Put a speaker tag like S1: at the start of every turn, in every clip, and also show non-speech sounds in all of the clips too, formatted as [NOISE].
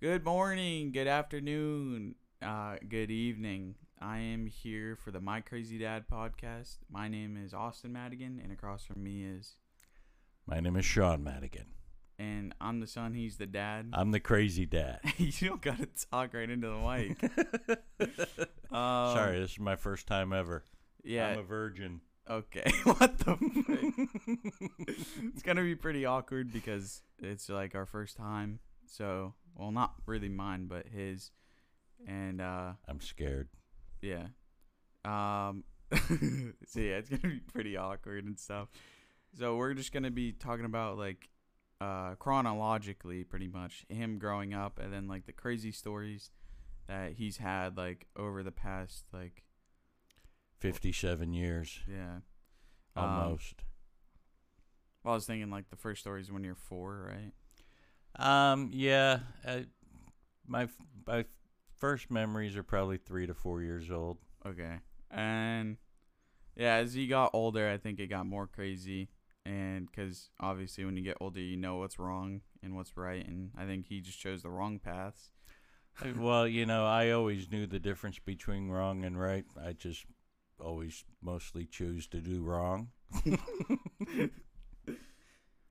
S1: Good morning, good afternoon, uh, good evening. I am here for the My Crazy Dad podcast. My name is Austin Madigan, and across from me is,
S2: My name is Sean Madigan.
S1: and I'm the son, he's the dad.
S2: I'm the crazy dad.
S1: [LAUGHS] you don't gotta talk right into the mic. Um,
S2: Sorry, this is my first time ever. I'm [LAUGHS]
S1: Yeah.
S2: a virgin.
S1: okay. [LAUGHS] what the? frick? [LAUGHS] it's gonna be pretty awkward because it's like our first time. So, well, not really mine, but his, and uh,
S2: I'm scared.
S1: Yeah. Um. [LAUGHS] so yeah, it's gonna be pretty awkward and stuff. So we're just gonna be talking about like, uh, chronologically, pretty much him growing up, and then like the crazy stories that he's had like over the past like
S2: 57 years
S1: yeah. Um,
S2: almost.
S1: well, I was thinking like the first stories when you're four, right?
S2: Um, yeah, I, my f- my f- first memories are probably 3 to 4 years [LAUGHS] old.
S1: Okay. And yeah, as he got older, I think it got more crazy. And because obviously, when you get older, you know what's wrong and what's right. And I think he just chose the wrong paths.
S2: I- well, you know, I always knew the difference between wrong and right. I just always mostly choose to do wrong.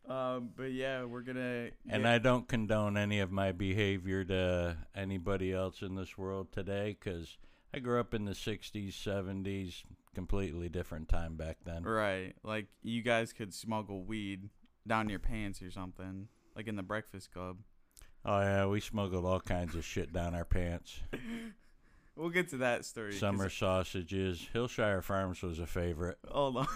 S1: Um, but yeah, we're gonna.
S2: And I don't condone any of my behavior to anybody else in this world today because I grew up in the 60s, 70s, completely different time back then.
S1: right, like you guys could smuggle weed down your pants or something, like in the Breakfast Club.
S2: Oh, yeah, we smuggled all kinds of shit down our pants.
S1: We'll get to that story. 'cause-
S2: Summer sausages. Hillshire Farms was
S1: [LAUGHS]
S2: a favorite.
S1: Hold on.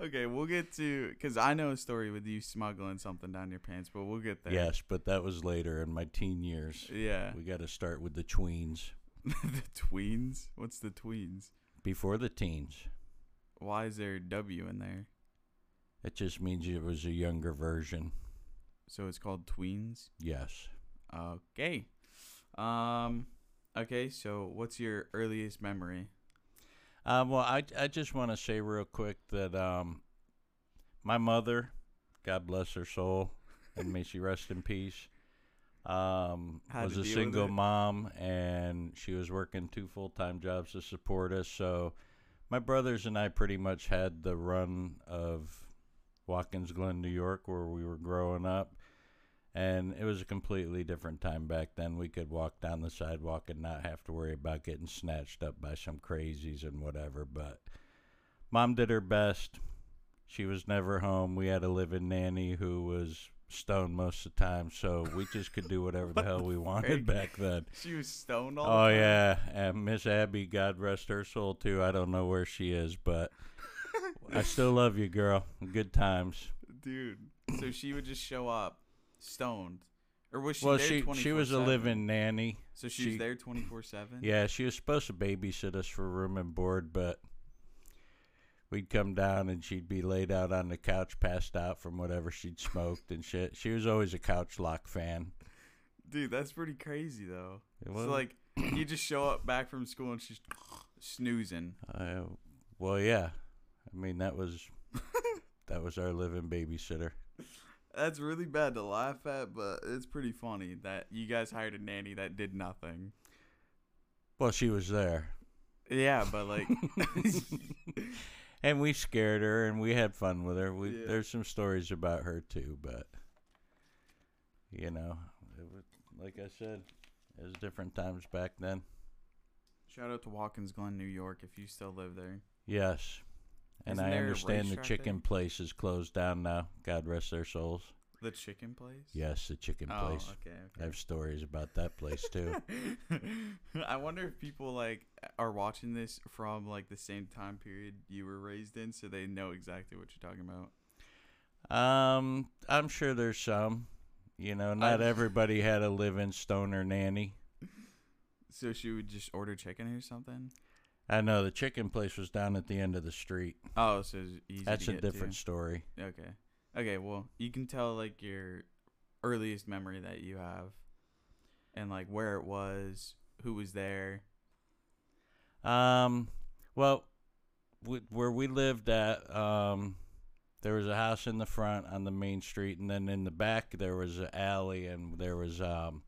S1: okay, we'll get to because I know a story with you smuggling something down your pants, but we'll get there.
S2: Yes, but that was later in my teen years.
S1: Yeah.
S2: We got to start with the tweens.
S1: [LAUGHS] the tweens. What's the tweens?
S2: Before the teens,
S1: Why is there a W in there?
S2: it just means it was a younger version.
S1: So it's called tweens.
S2: Yes.
S1: Okay. Um. Okay. So what's your earliest memory? [LAUGHS]
S2: Um, well, I, I just want to say real quick that um, my mother, God bless her soul, and may she rest in peace, um,
S1: Had
S2: was
S1: to
S2: a
S1: deal with
S2: single
S1: it.
S2: mom and she was working two full time jobs to support us. So my brothers and I pretty much had the run of Watkins Glen, New York, where we were growing up. And it was a completely different time back then. We could walk down the sidewalk and not have to worry about getting snatched up by some crazies and whatever. But mom did her best. She was never home. We had a living nanny who was stoned most of the time. So we just could do whatever the hell we
S1: frick?
S2: wanted back then.
S1: She was stoned all.
S2: Oh
S1: the time.
S2: yeah, and Miss Abby, God rest her soul too. I don't know where she is,
S1: [LAUGHS]
S2: but I still love you, girl. Good times.
S1: dude. So she would just show up stoned, or was she?
S2: well,
S1: there
S2: she she was a
S1: 24/7?
S2: living nanny.
S1: So she, was
S2: she-
S1: there twenty four seven.
S2: Yeah, she was supposed to babysit us for room and board, but we'd come down and she'd be laid out on the couch, passed out from whatever she'd smoked and shit. She was always a couch lock fan.
S1: Dude, that's pretty crazy though.
S2: It
S1: So
S2: was-
S1: like,
S2: [CLEARS THROAT]
S1: you just show up back from school and she's [CLEARS THROAT] snoozing.
S2: I, well, yeah. I mean,
S1: [LAUGHS]
S2: that was that was our living babysitter.
S1: That's really bad to laugh at, but it's pretty funny that you guys hired a nanny that did nothing.
S2: Well, she was there.
S1: Yeah, but [LAUGHS] like,
S2: and we scared her and we had fun with her. We,
S1: Yeah.
S2: There's some stories about her too, but you know, it was, like I said, it was different times back then.
S1: shout out to Watkins Glen, New York, if you still live there.
S2: Yes. And
S1: Isn't
S2: I
S1: there a
S2: understand the
S1: racetrack
S2: chicken
S1: there?
S2: place is closed down now. God rest their souls.
S1: The chicken place.
S2: Yes, the chicken
S1: Oh,
S2: place.
S1: okay. [LAUGHS]
S2: I have stories about that place too.
S1: I wonder if people like are watching this from like the same time period you were raised in, so they know exactly what you're talking about.
S2: um, I'm sure there's some. You know, not
S1: I-
S2: everybody had a live-in stoner nanny.
S1: So she would just order chicken or something.
S2: I know the chicken place was down at the end of the street.
S1: Oh, so it's easy.
S2: That's
S1: to
S2: a
S1: get
S2: different
S1: To.
S2: story.
S1: Okay. Okay. Well, you can tell like your earliest memory that you have, and like where it was, who was there.
S2: Um, well, w- where we lived at, um, there was a house in the front on the main street, and then in the back there was an alley, and there was um,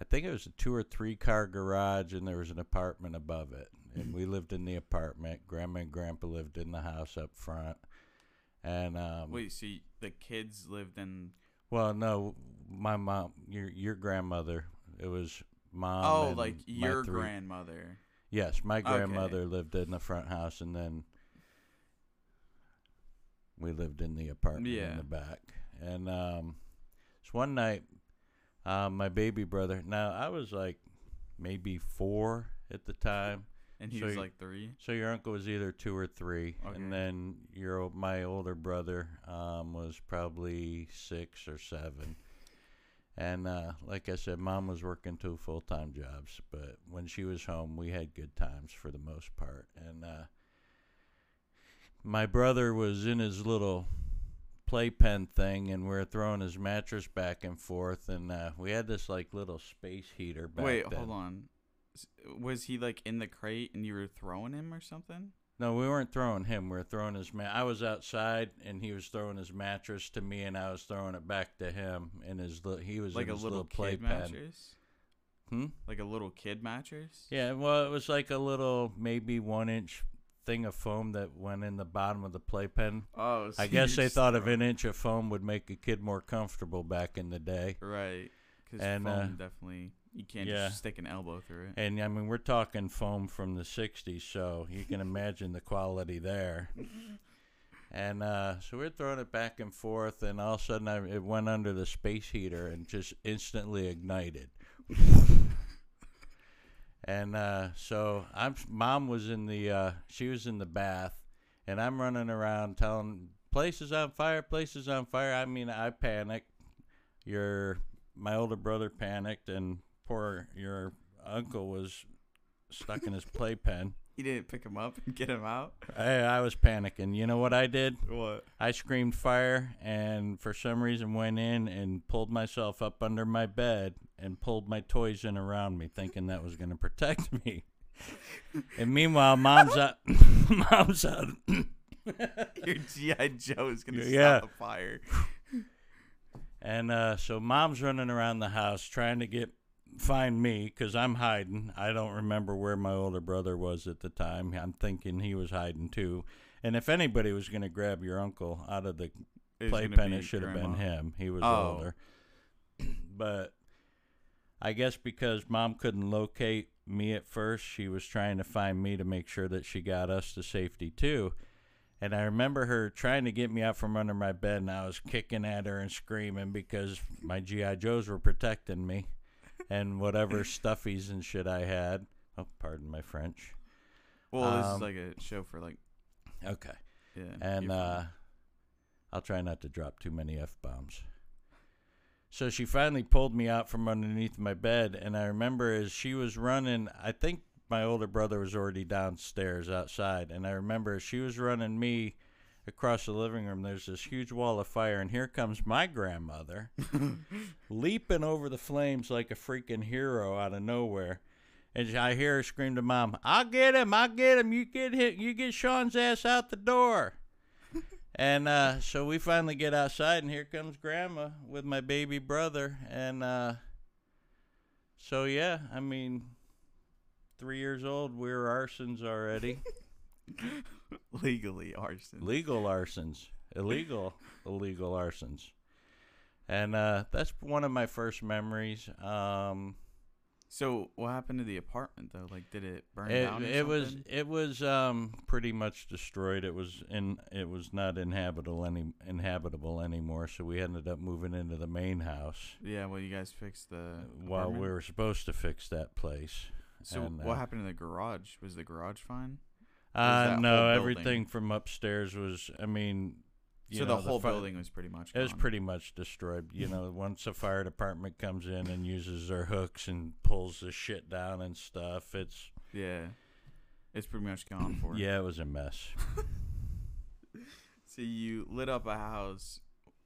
S2: I think it was a two or three car garage, and there was an apartment above it. And we lived in the apartment. Grandma and Grandpa lived in the house up front. And um,
S1: Wait, so y- the kids lived in?
S2: well, no, my mom, your your grandmother, it was mom.
S1: oh,
S2: and
S1: like
S2: um, my
S1: your
S2: three-
S1: grandmother.
S2: Yes, my
S1: Okay.
S2: grandmother lived in the front house, and then we lived in the apartment
S1: Yeah.
S2: in the back. And um, so one night, um, my baby brother. Now I was like maybe four at the time.
S1: And he
S2: So
S1: was
S2: you-
S1: like three.
S2: So your uncle was either two or three,
S1: Mm-hmm. Okay.
S2: and then your o- my older brother um, was probably six or seven. And uh, like I said, mom was working two full time jobs, but when she was home, we had good times for the most part. And uh, my brother was in his little playpen thing, and we are throwing his mattress back and forth, and uh, we had this like little space heater. Back
S1: Wait,
S2: then.
S1: hold on. S- Was he like in the crate and you were throwing him or something?
S2: No, we weren't throwing him. We were throwing his man. I was outside, and he was throwing his mattress to me, and I was throwing it back to him. And his li- he was
S1: like
S2: in
S1: a
S2: his
S1: little,
S2: play
S1: kid
S2: pen.
S1: mattress?
S2: Hmm?
S1: Like a little kid mattress?
S2: Yeah, well, it was like a little maybe one inch thing of foam that went in the bottom of the playpen.
S1: Oh, [LAUGHS] so
S2: I guess
S1: you
S2: they
S1: just
S2: thought of
S1: throw-
S2: an inch of foam would make a kid more comfortable back in the day.
S1: Right. Because
S2: And,
S1: foam
S2: uh,
S1: definitely, you can't
S2: yeah.
S1: just stick an elbow through it.
S2: And I mean, we're talking foam from the 60s, so you can imagine the quality there. And uh, so we're throwing it back and forth, and all of a sudden I, it went under the space heater and just instantly ignited. and uh, so I'm mom was in the uh, she was in the bath, and I'm running around telling places on fire, places on fire. I mean, I panicked. Your my older brother panicked, and poor your uncle was stuck in his playpen.
S1: You didn't pick him up and get him out?
S2: I, I was panicking. You know what I did?
S1: What? [LAUGHS]
S2: I screamed fire and for some reason went in and pulled myself up under my bed and pulled my toys in around me, thinking that was going to protect [LAUGHS] me. And meanwhile, mom's out. [LAUGHS] mom's out.
S1: Your G.I. Joe is going to
S2: Yeah.
S1: stop a fire.
S2: And uh, so mom's running around the house trying to get find me because I'm hiding. I don't remember where my older brother was at the time. I'm thinking he was hiding too. And if anybody was going to grab your uncle out of the
S1: It's gonna
S2: playpen, it
S1: be
S2: should have been
S1: grandma.
S2: him. He was
S1: Oh.
S2: older. [CLEARS THROAT] but I guess because mom couldn't locate me at first, she was trying to find me to make sure that she got us to safety too. And I remember her trying to get me out from under my bed, and I was kicking at her and screaming because my G.I. Joes were protecting me
S1: [LAUGHS]
S2: and whatever stuffies and shit I had. Oh, pardon my French.
S1: Well, this
S2: Um,
S1: is like a show for like,
S2: Okay.
S1: yeah.
S2: and
S1: you're
S2: uh,
S1: fine.
S2: I'll try not to drop too many f bombs. So she finally pulled me out from underneath my bed, and I remember as she was running, I think my older brother was already downstairs outside, and I remember as she was running me across the living room. There's this huge wall of fire, and here comes
S1: [LAUGHS]
S2: my grandmother leaping over the flames like a freaking hero out of nowhere. And I hear her scream to mom, "I'll get him! I'll get him! You get hit! You get Sean's ass out the door!" and uh, so we finally get outside, and here comes Grandma with my baby brother. And uh, so yeah, I mean, three years old, we were arsons already,
S1: [LAUGHS] [LAUGHS] legally arson.
S2: legal arsons, illegal, illegal arsons. And uh, that's one of my first memories. Um,
S1: so what happened to the apartment though? Like, did it burn
S2: it,
S1: down? Or
S2: it was
S1: something?
S2: it was um pretty much destroyed it was in it was not inhabitable any inhabitable anymore so we ended up moving into the main house
S1: Yeah. Well, you guys fixed the.
S2: while we
S1: apartment?
S2: were supposed to fix that place
S1: So
S2: and,
S1: what
S2: uh,
S1: happened to the garage? Was the garage fine? was
S2: uh
S1: that
S2: no
S1: whole
S2: everything
S1: building?
S2: from upstairs was i mean you
S1: so
S2: know,
S1: the whole
S2: fi-
S1: building was pretty much.
S2: it was
S1: gone.
S2: pretty much destroyed
S1: [LAUGHS]
S2: you know once the fire department comes in and uses their hooks and pulls the shit down and stuff it's
S1: Yeah. It's pretty much
S2: [COUGHS]
S1: gone for.
S2: yeah it was
S1: [LAUGHS]
S2: a mess
S1: So you lit up a house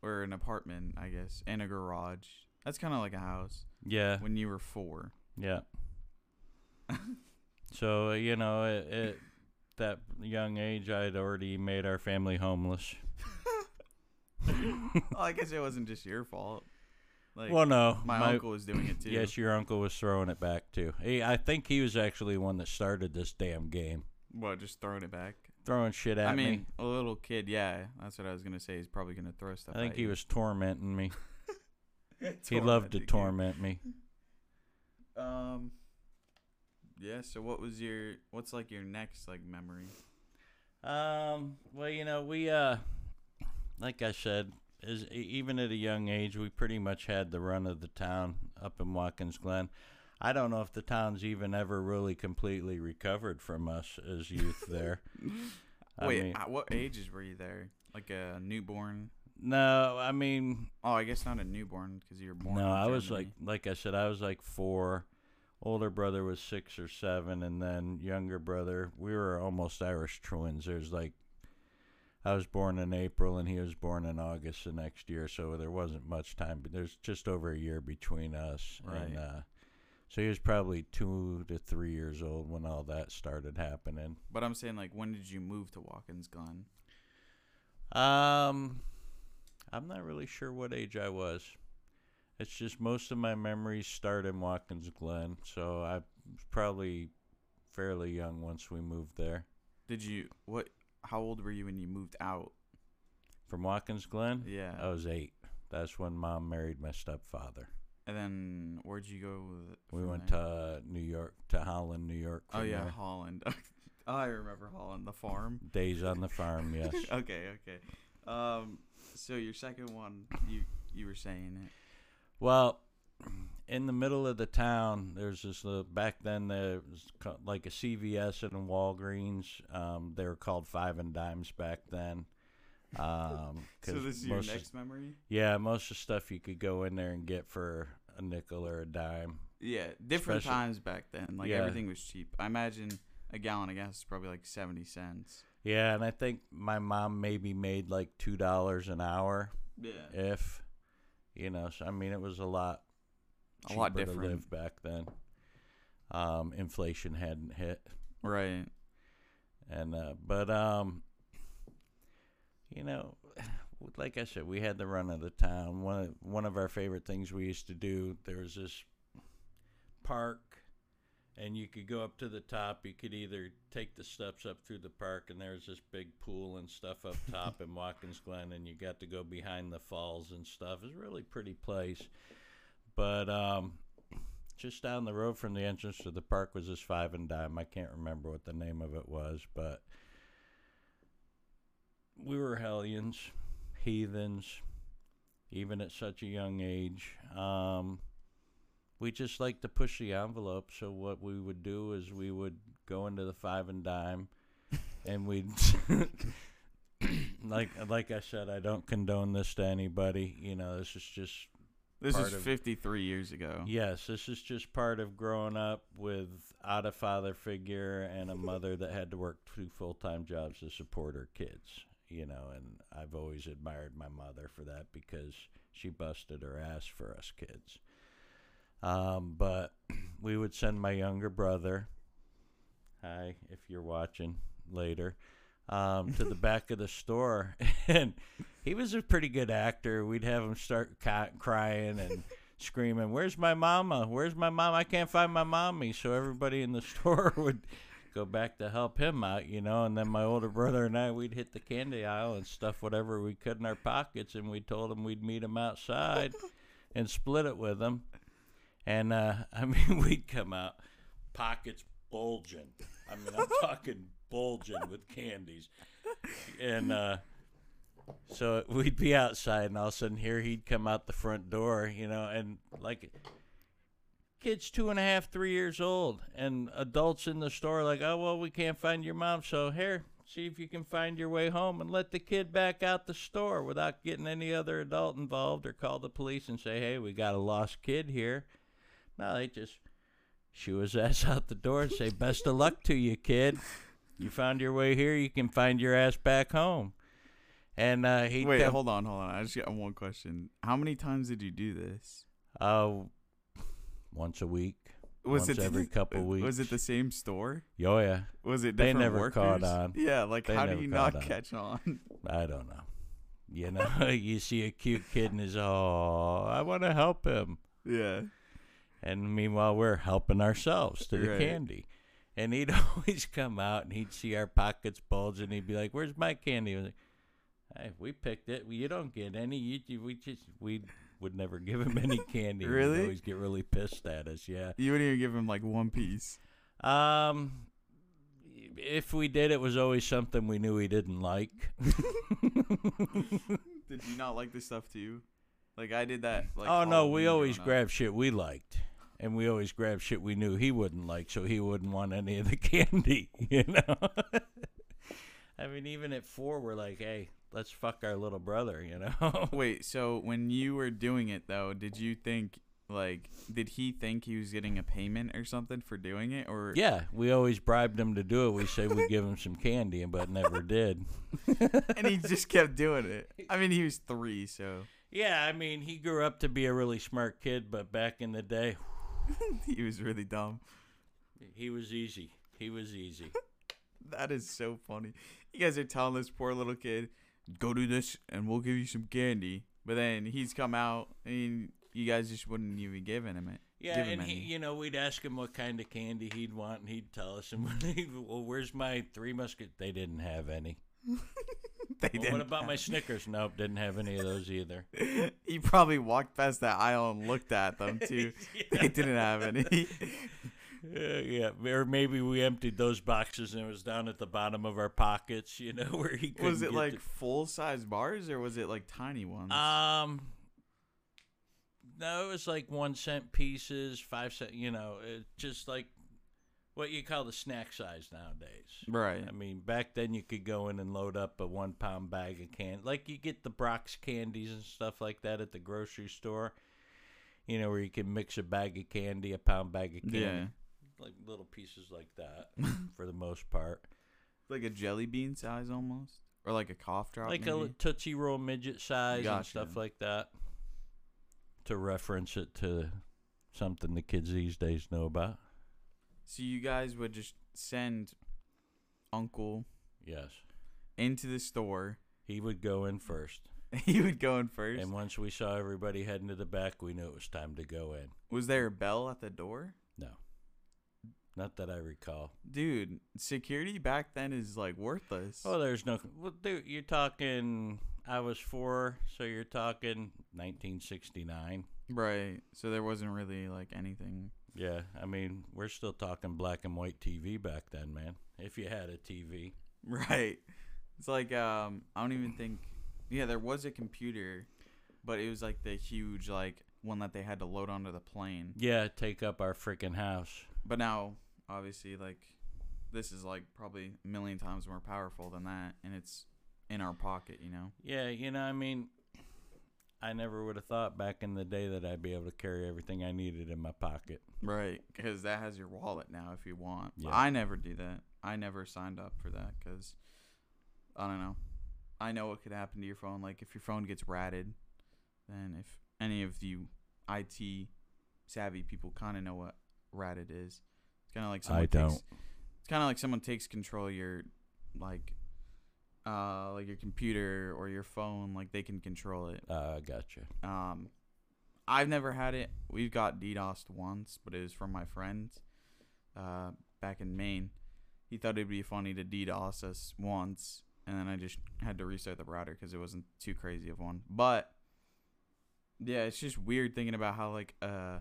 S1: or an apartment, I guess, and a garage. That's kind of like a house
S2: yeah
S1: when you were four. [LAUGHS]
S2: Yeah. so uh, you know it, it that young age, I had already made our family homeless. [LAUGHS]
S1: Well, I guess it wasn't just your fault. Like
S2: well, no,
S1: my, uncle was doing it too.
S2: Yes, your uncle was throwing it back too. He, I think he was actually one that started this damn game,
S1: What, just throwing it back?
S2: throwing shit at
S1: I mean,
S2: me.
S1: a little kid, yeah. That's what I was gonna say. He's probably gonna throw stuff.
S2: I think
S1: at
S2: he
S1: you.
S2: was tormenting
S1: [LAUGHS]
S2: me. he loved
S1: Tormenting
S2: to
S1: you. [LAUGHS]
S2: torment me.
S1: Um. Yeah. So, what was your? What's like your next like memory?
S2: Um, well, you know, we uh like I said, is even at a young age, we pretty much had the run of the town up in Watkins Glen. I don't know if the town's even ever really completely recovered from us
S1: [LAUGHS]
S2: as youth there. I
S1: Wait,
S2: mean-
S1: at what ages were you there? Like a newborn?
S2: no, I mean,
S1: Oh, I guess not a newborn because you were born.
S2: no,
S1: in
S2: I was like
S1: Germany.
S2: like I said I was like 4. Older brother was 6 or 7 and then younger brother, we were almost Irish twins. There's like I was born in April and he was born in August the next year, so there wasn't much time. But there's just over a year between us,
S1: Right.
S2: and uh, so he was probably two to three years old when all that started happening.
S1: But I'm saying like, when did you move to Watkins Glen?
S2: Um, I'm not really sure what age I was. It's just most of my memories start in Watkins Glen, so I was probably fairly young once we moved there
S1: Did you what? How old were you when you moved out?
S2: from Watkins Glen.
S1: Yeah.
S2: I was eight. That's when mom married my stepfather.
S1: And then where'd you go? with-
S2: We
S1: from
S2: went
S1: there?
S2: to uh, New York, to Holland, New York.
S1: Oh
S2: from
S1: yeah,
S2: there.
S1: Holland. [LAUGHS] oh, I remember Holland, the farm. [LAUGHS]
S2: Days on the farm, yes.
S1: okay, okay. Um, so your second one, you you were saying it.
S2: well, in the middle of the town, there's this little, back then there was ca- like a CVS and a Walgreens. Um, they were called Five and Dimes back then. Um,
S1: [LAUGHS] So
S2: 'cause
S1: this is your
S2: most of-
S1: next memory.
S2: yeah, most of the stuff you could go in there and get for a nickel or a dime.
S1: Yeah, different
S2: Special-
S1: times back then. Like
S2: Yeah.
S1: everything was cheap. I imagine a gallon of gas is probably like seventy cents.
S2: Yeah, and I think my mom maybe made like two dollars an hour,
S1: Yeah,
S2: if you know. So I mean, it was a lot
S1: a lot
S2: cheaper to
S1: different,
S2: live back then. Um, inflation hadn't hit,
S1: right?
S2: and uh, but um, you know, [SIGHS] like I said, we had the run of the town. One of, one of our favorite things we used to do there was this park, and you could go up to the top. You could either take the steps up through the park, and there was this big pool and stuff up top in Watkins Glen, and you got to go behind the falls and stuff. It's a really pretty place, but um. Just down the road from the entrance to the park was this five and dime. I can't remember what the name of it was, but we were hellions, heathens, even at such a young age. Um, we just like to push the envelope. So what we would do is we would go into the five and dime, and we'd [COUGHS] like like I said, I don't condone this to anybody. You know, this is just
S1: This
S2: Part
S1: is
S2: of-
S1: fifty three years ago.
S2: Yes, this is just part of growing up without a father figure and a mother that had to work two full time jobs to support her kids. You know, and I've always admired my mother for that because she busted her ass for us kids. Um, but [CLEARS THROAT] we would send my younger brother, hi, if you're watching later, um, to the back of the store. [LAUGHS] And he was a pretty good actor. We'd have him start ca- crying and screaming, "Where's my mama? Where's my mom? I can't find my mommy." So everybody in the [LAUGHS] store would go back to help him out, you know. And then my older brother and I, we'd hit the candy aisle and stuff whatever we could in our pockets, and we told him we'd meet him outside and split it with him. And uh, [LAUGHS] I mean, we'd come out pockets bulging. I mean, I'm talking bulging with candies, and. uh so we'd be outside, and all of a sudden, here he'd come out the front door, you know, and like kids two and a half, three years old, and adults in the store, like, oh, well, we can't find your mom. So here, see if you can find your way home and let the kid back out the store without getting any other adult involved or call the police and say, hey, we got a lost kid here. No, they just shoo his [LAUGHS] ass out the door and say, best of luck to you, kid. You found your way here, you can find your ass back home. And uh, he
S1: Wait,
S2: come-
S1: hold on, hold on. I just got one question. How many times did you do this?
S2: Uh, Oh, once a week.
S1: was
S2: once
S1: it [LAUGHS]
S2: every couple weeks.
S1: Was it the same store?
S2: Oh yeah,
S1: Was it
S2: They
S1: different
S2: never
S1: workers?
S2: caught on.
S1: Yeah, like
S2: They
S1: how do
S2: never
S1: you
S2: caught
S1: not
S2: on.
S1: catch on? [LAUGHS]
S2: I don't know. You know, [LAUGHS] you see a cute kid and is oh, I want to help him,
S1: yeah.
S2: and meanwhile we're helping ourselves to the
S1: Right.
S2: candy. And he'd [LAUGHS] always come out and he'd see our pockets bulge and he'd be like, "Where's my candy?" I was like, hey, "We picked it. You don't get any. You, you- we just we would never give him
S1: [LAUGHS]
S2: any candy.
S1: Really?
S2: He'd always get really pissed at us. Yeah.
S1: You wouldn't even give him like one piece.
S2: Um, if we did, it was always something we knew he didn't like.
S1: Did you not like this stuff too? Like I did that. Like
S2: oh no,
S1: Halloween
S2: we always
S1: growing up.
S2: grabbed shit we liked, and we always grabbed shit we knew he wouldn't like, so he wouldn't want any of the [LAUGHS] candy. You know. [LAUGHS] I mean, even at four, we're like, hey, let's fuck our little brother. You know. [LAUGHS]
S1: Wait, so when you were doing it though, did you think like did he think he was getting a payment or something for doing it or
S2: yeah, we always bribed him to do it. We say we give him some candy, but never did.
S1: [LAUGHS] and he just kept doing it. I mean, he was 3, so
S2: [LAUGHS] Yeah, I mean, he grew up to be a really smart kid, but back in the day,
S1: he was really dumb.
S2: He was easy. He was easy.
S1: That is so funny. You guys are telling this poor little kid, go do this and we'll give you some candy. But then he's come out and you guys just wouldn't even give him it.
S2: Yeah,
S1: Give him
S2: and he,
S1: any.
S2: [LAUGHS] you know, we'd ask him what kind of candy he'd want, and he'd tell us. And [LAUGHS] we'd, well, where's my three musket? They didn't have any.
S1: They
S2: Well,
S1: didn't.
S2: what about my Snickers? Nope, didn't have any of those either.
S1: [LAUGHS]
S2: [LAUGHS]
S1: he probably walked past that aisle and looked at
S2: [LAUGHS]
S1: them too. They didn't have any.
S2: Uh, yeah, or maybe we emptied those boxes, and it was down at the bottom of our pockets. You know, [LAUGHS] where he couldn't
S1: was it
S2: get
S1: like full size bars or was it like tiny ones?
S2: to- um. No, it was like one cent pieces, five cent. You know, it just like what you call the snack size nowadays.
S1: right.
S2: I mean, back then you could go in and load up a one pound bag of can, like you get the Brock's candies and stuff like that at the grocery store. You know, where you can mix a bag of candy, a pound bag of candy,
S1: Yeah.
S2: like little pieces like that, [LAUGHS] for the most part,
S1: Like a jelly bean size almost. Or like a cough drop.
S2: like a
S1: maybe?
S2: tootsie roll midget size and
S1: Gotcha.
S2: stuff like that. To reference it to something the kids these days know about.
S1: So you guys would just send Uncle
S2: Yes,
S1: into the store.
S2: he would go in first,
S1: [LAUGHS] He would go in first.
S2: and once we saw everybody heading to the back, we knew it was time to go in.
S1: was there a bell at the door?
S2: Not that I recall.
S1: Dude, security back then is like worthless.
S2: Oh, there's no. Well, dude, you're talking. I was four, so you're talking 1969.
S1: Right. So there wasn't really like anything. [LAUGHS]
S2: Yeah, I mean, we're still talking black and white TV back then, man. If you had a TV,
S1: Right. It's like um I don't even think yeah, there was a computer, but it was like the huge like one that they had to load onto the plane.
S2: yeah, take up our freaking house.
S1: But now obviously like this is like probably a million times more powerful than that and it's in our pocket, you know.
S2: Yeah, you know, I mean, I never would have thought back in the day that I'd be able to carry everything I needed in my pocket.
S1: Right, because that has your wallet now if you want.
S2: Yeah.
S1: I never do that. I never signed up for that because I don't know. I know what could happen to your phone. Like if your phone gets ratted, then if any of you IT savvy people kind of know what ratted is, it's kind of like someone
S2: I
S1: takes,
S2: don't.
S1: It's kind of like someone takes control of your like uh like your computer or your phone. Like they can control it.
S2: Uh, gotcha.
S1: Um, I've never had it. We've got DDoSed once, but it was from my friend uh, back in Maine. He thought it'd be funny to DDoS us once, and then I just had to restart the router because it wasn't too crazy of one. But yeah, it's just weird thinking about how like uh,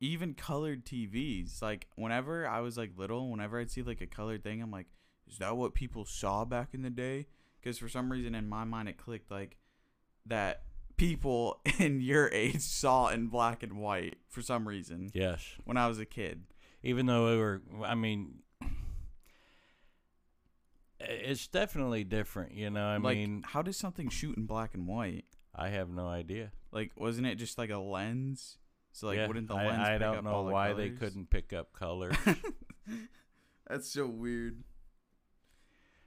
S1: even colored TVs. Like whenever I was like little, whenever I'd see like a colored thing, I'm like, is that what people saw back in the day? Because for some reason in my mind it clicked like that people [LAUGHS] in your age saw in black and white for some reason
S2: Yes.
S1: when I was a kid.
S2: even though we were i mean it's definitely different you know i
S1: like,
S2: mean
S1: how does something shoot in black and white?
S2: i have no idea
S1: Like, wasn't it just like a lens? So like,
S2: Yeah,
S1: wouldn't the
S2: I,
S1: lens?
S2: I
S1: pick
S2: don't
S1: up
S2: know
S1: all the
S2: why they
S1: colors?
S2: couldn't pick
S1: [LAUGHS]
S2: up color
S1: That's so weird.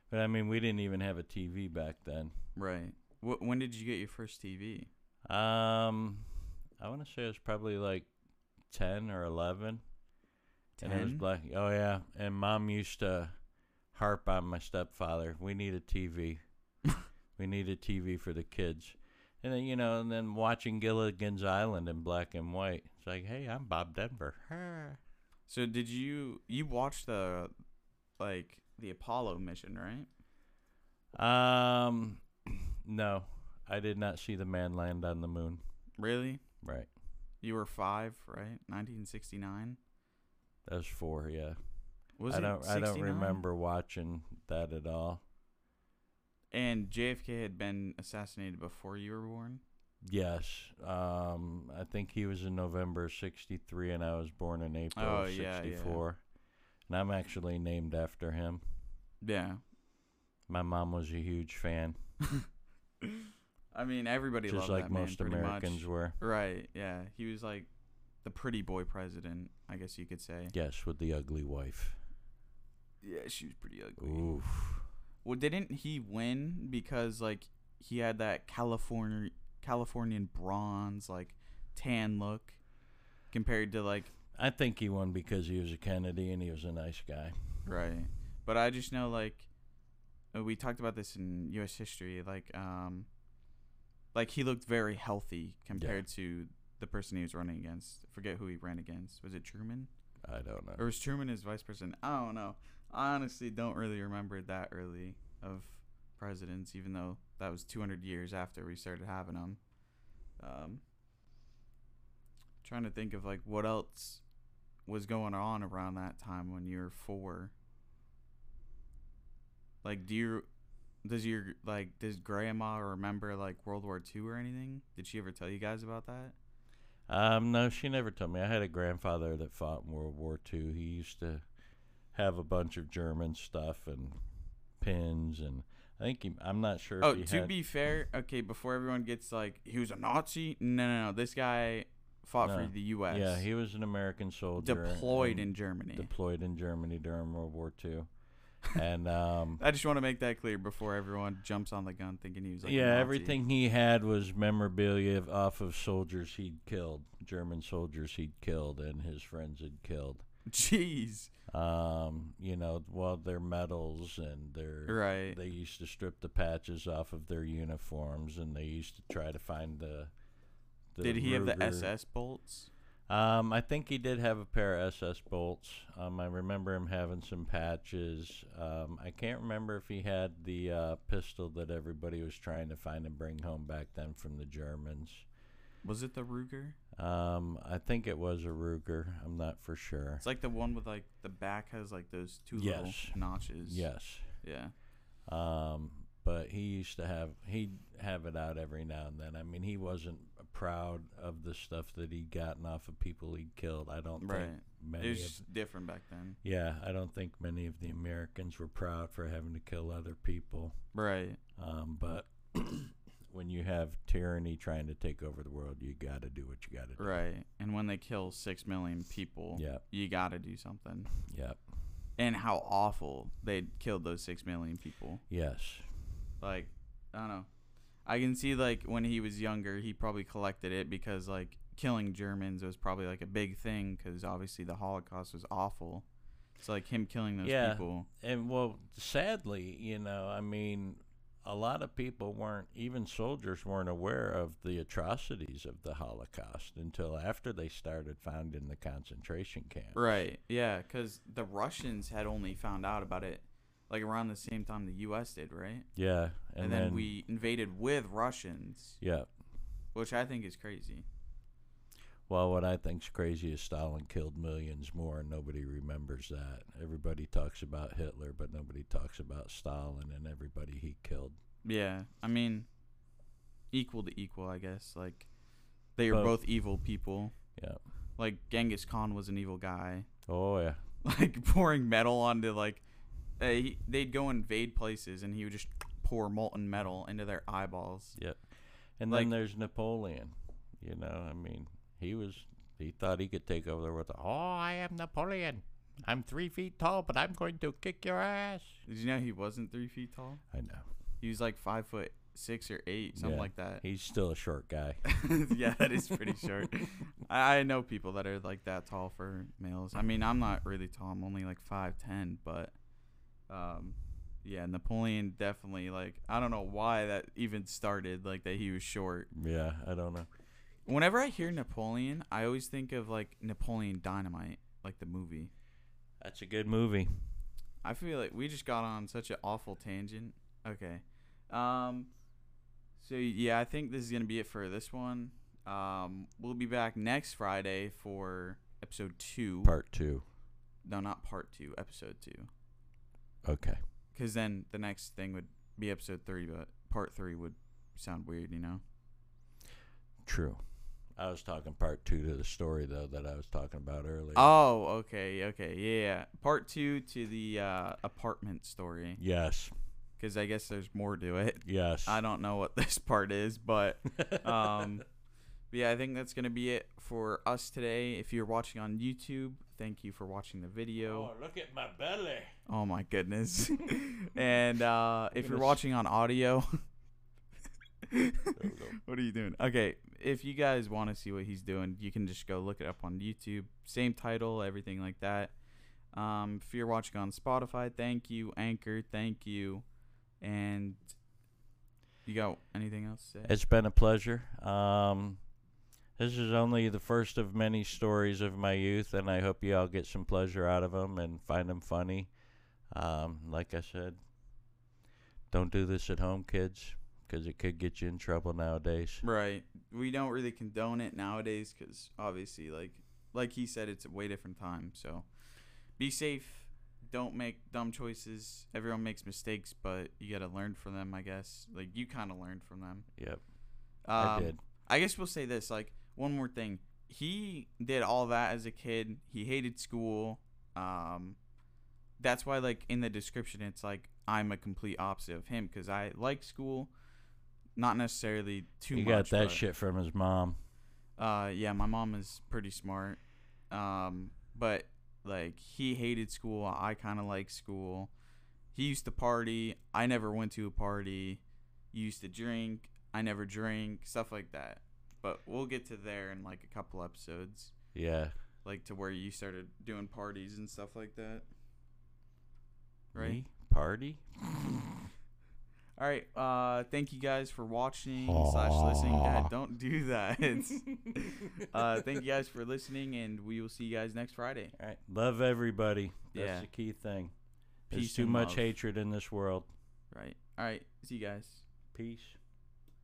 S2: but i mean we didn't even have a tv back then
S1: Right. Wh- when did you get your first TV?
S2: um i want to say it was probably like 10 or 11 And it was
S1: Ten?
S2: black. Oh yeah, and mom used to harp on my stepfather. We need a
S1: [LAUGHS]
S2: TV. we need a TV for the kids. And then you know, and then watching Gilligan's Island in black and white. It's like, hey, I'm Bob Denver. Ha.
S1: So did you you watched the like the Apollo mission, right?
S2: Um, [CLEARS THROAT] no, I did not see the man land on the moon.
S1: Really?
S2: Right,
S1: You were five, right? 1969.
S2: that was four. Yeah,
S1: Was
S2: I
S1: it?
S2: don't. I don't
S1: 69?
S2: remember watching that at all.
S1: And JFK had been assassinated before you were born.
S2: Yes, um, I think he was in November '63, and I was born in April
S1: Oh,
S2: of
S1: yeah, yeah.
S2: '64. And I'm actually named after him.
S1: Yeah. [LAUGHS]
S2: My mom was a huge fan,
S1: I mean, everybody
S2: just
S1: loved
S2: like
S1: that man
S2: most
S1: pretty
S2: Americans
S1: much.
S2: were.
S1: Right. Yeah. He was like the pretty boy president, I guess you could say.
S2: Yes, with the ugly wife.
S1: Yeah, she was pretty ugly.
S2: Oof.
S1: Well, didn't he win because like he had that California Californian bronze like tan look compared to like
S2: I think he won because he was a Kennedy and he was a nice guy.
S1: right. But I just know like uh, we talked about this in U.S. history, like um, like he looked very healthy compared to the person he was running against. I forget who he ran against. Was it Truman
S2: I don't know.
S1: or was Truman his vice president? I don't know. I honestly don't really remember that early of presidents, even though that was 200 years after we started having them. Um, trying to think of like what else was going on around that time when you were four. Like, do you does your like does grandma remember like World War II or anything? Did she ever tell you guys about that?
S2: Um, no, she never told me. I had a grandfather that fought in World War II. He used to have a bunch of German stuff and pins, and I think he, I'm not sure.
S1: Oh,
S2: if he
S1: to
S2: had,
S1: be fair, okay, before everyone gets like he was a Nazi. No, no, no. This guy fought
S2: No.
S1: for the U.S.
S2: yeah, he was an American soldier
S1: deployed
S2: and
S1: in Germany.
S2: deployed in Germany during World War II,
S1: [LAUGHS]
S2: and um,
S1: I just want to make that clear before everyone jumps on the gun thinking he was like a
S2: yeah,
S1: Nazi.
S2: everything he had was memorabilia of- off of soldiers he'd killed, German soldiers he'd killed, and his friends had killed.
S1: [LAUGHS] Jeez,
S2: Um, you know, well, their medals and their
S1: right?
S2: They used to strip the patches off of their uniforms, and they used to try to find the. the
S1: Did he have the
S2: Ruger.
S1: SS bolts?
S2: Um, I think he did have a pair of SS bolts. Um, I remember him having some patches. Um, I can't remember if he had the uh, pistol that everybody was trying to find and bring home back then from the Germans.
S1: Was it the Ruger?
S2: Um, I think it was a Ruger. I'm not for sure.
S1: It's like the one with like the back has like those two little
S2: Yes.
S1: notches.
S2: Yes.
S1: yeah.
S2: Um, but he used to have he'd have it out every now and then. I mean, he wasn't proud of the stuff that he'd gotten off of people he'd killed. I don't
S1: Right.
S2: think
S1: It
S2: many.
S1: was
S2: Of,
S1: just different back then.
S2: yeah, I don't think many of the Americans were proud for having to kill other people.
S1: Right.
S2: Um, but [COUGHS] when you have tyranny trying to take over the world, you got to do what you got to do.
S1: Right. And when they kill six million people,
S2: Yep.
S1: you got to do something.
S2: Yep.
S1: and how awful they killed those six million people.
S2: Yes.
S1: Like, I don't know. I can see like when he was younger, he probably collected it because like killing Germans was probably like a big thing because obviously the Holocaust was awful. So like him killing those
S2: Yeah.
S1: people,
S2: And well, sadly, you know, I mean, a lot of people weren't, even soldiers weren't aware of the atrocities of the Holocaust until after they started finding the concentration camp.
S1: right? Yeah, because the Russians had only found out about it like around the same time the U.S. did, right?
S2: Yeah, and,
S1: And, then, we invaded with Russians,
S2: Yeah.
S1: which I think is crazy.
S2: Well, what I think's crazy is Stalin killed millions more, and nobody remembers that. Everybody talks about Hitler, but nobody talks about Stalin and everybody he killed.
S1: Yeah, I mean, equal to equal, I guess. Like, they are
S2: Both.
S1: both evil people.
S2: Yeah.
S1: Like Genghis Khan was an evil guy. [LAUGHS]
S2: Oh yeah.
S1: Like pouring metal onto like, they they'd go invade places and he would just pour molten metal into their eyeballs.
S2: And
S1: Like-
S2: then there's Napoleon. You know, I mean, he was he thought he could take over the world. Oh, I am Napoleon. I'm three feet tall, but I'm going to kick your ass.
S1: Did you know he wasn't three feet tall?
S2: I know.
S1: He was like five foot six or eight, something
S2: Yeah.
S1: like that.
S2: He's still a short guy.
S1: [LAUGHS] yeah, that is pretty short. I, I know people that are like that tall for males. I mean, I'm not really tall. I'm only like five ten, but um, yeah, Napoleon definitely like I don't know why that even started like that he was short.
S2: Yeah, I don't know.
S1: Whenever I hear Napoleon, I always think of like Napoleon Dynamite, like the movie.
S2: That's a good movie.
S1: I feel like we just got on such an awful tangent. Okay. Um so yeah, I think this is going to be it for this one. Um we'll be back next Friday for episode 2.
S2: Part two.
S1: no, not part 2, episode 2.
S2: Okay.
S1: Cuz then the next thing would be episode 3, but part 3 would sound weird, you know.
S2: True. I was talking part two to the story though that I was talking about earlier.
S1: Oh, okay. Okay. Yeah. yeah. Part 2 to the uh apartment story
S2: yes.
S1: cuz I guess there's more to it.
S2: Yes. [LAUGHS]
S1: I don't know what [LAUGHS] this part is, but um, but yeah, I think that's gonna be it for us today. If you're watching on YouTube, thank you for watching the video.
S2: Oh, look at my belly.
S1: Oh my goodness! and uh, if you're
S2: Goodness.
S1: watching on audio, [LAUGHS] what are you doing? Okay, if you guys want to see what he's doing, you can just go look it up on YouTube. Same title, everything like that. Um, if you're watching on Spotify, thank you. Anchor, thank you. And you got anything else to say?
S2: It's been a pleasure. Um, this is only the first of many stories of my youth, and I hope you all get some pleasure out of them and find them funny. Um, like I said, don't do this at home, kids, because it could get you in trouble nowadays.
S1: Right. We don't really condone it nowadays because obviously, like, like he said, it's a way different time. So, be safe. Don't make dumb choices. Everyone makes mistakes, but you gotta learn from them. I guess. Like you kind of learned from them.
S2: Yep,
S1: Um,
S2: I did.
S1: I guess we'll say this. Like one more thing. He did all that as a kid. He hated school. Um, that's why, like in the description, it's like I'm a complete opposite of him because I like school, not necessarily too
S2: He
S1: much.
S2: got that
S1: but-
S2: shit from his mom.
S1: uh, yeah, my mom is pretty smart. Um, but like he hated school. I kind of like school. He used to party. I never went to a party. He used to drink. I never drink. Stuff like that. But we'll get to there in like a couple episodes,
S2: Yeah,
S1: like to where you started doing parties and stuff like that. Right.
S2: Me? Party?
S1: All right. Uh, thank you guys for watching slash listening. Dad, don't do that. uh, thank you guys for listening, and we will see you guys next Friday.
S2: All right. Love everybody. That's
S1: Yeah.
S2: the key thing. There's
S1: Peace
S2: too
S1: and
S2: much
S1: love.
S2: hatred in this world.
S1: Right. All right. See you guys.
S2: Peace.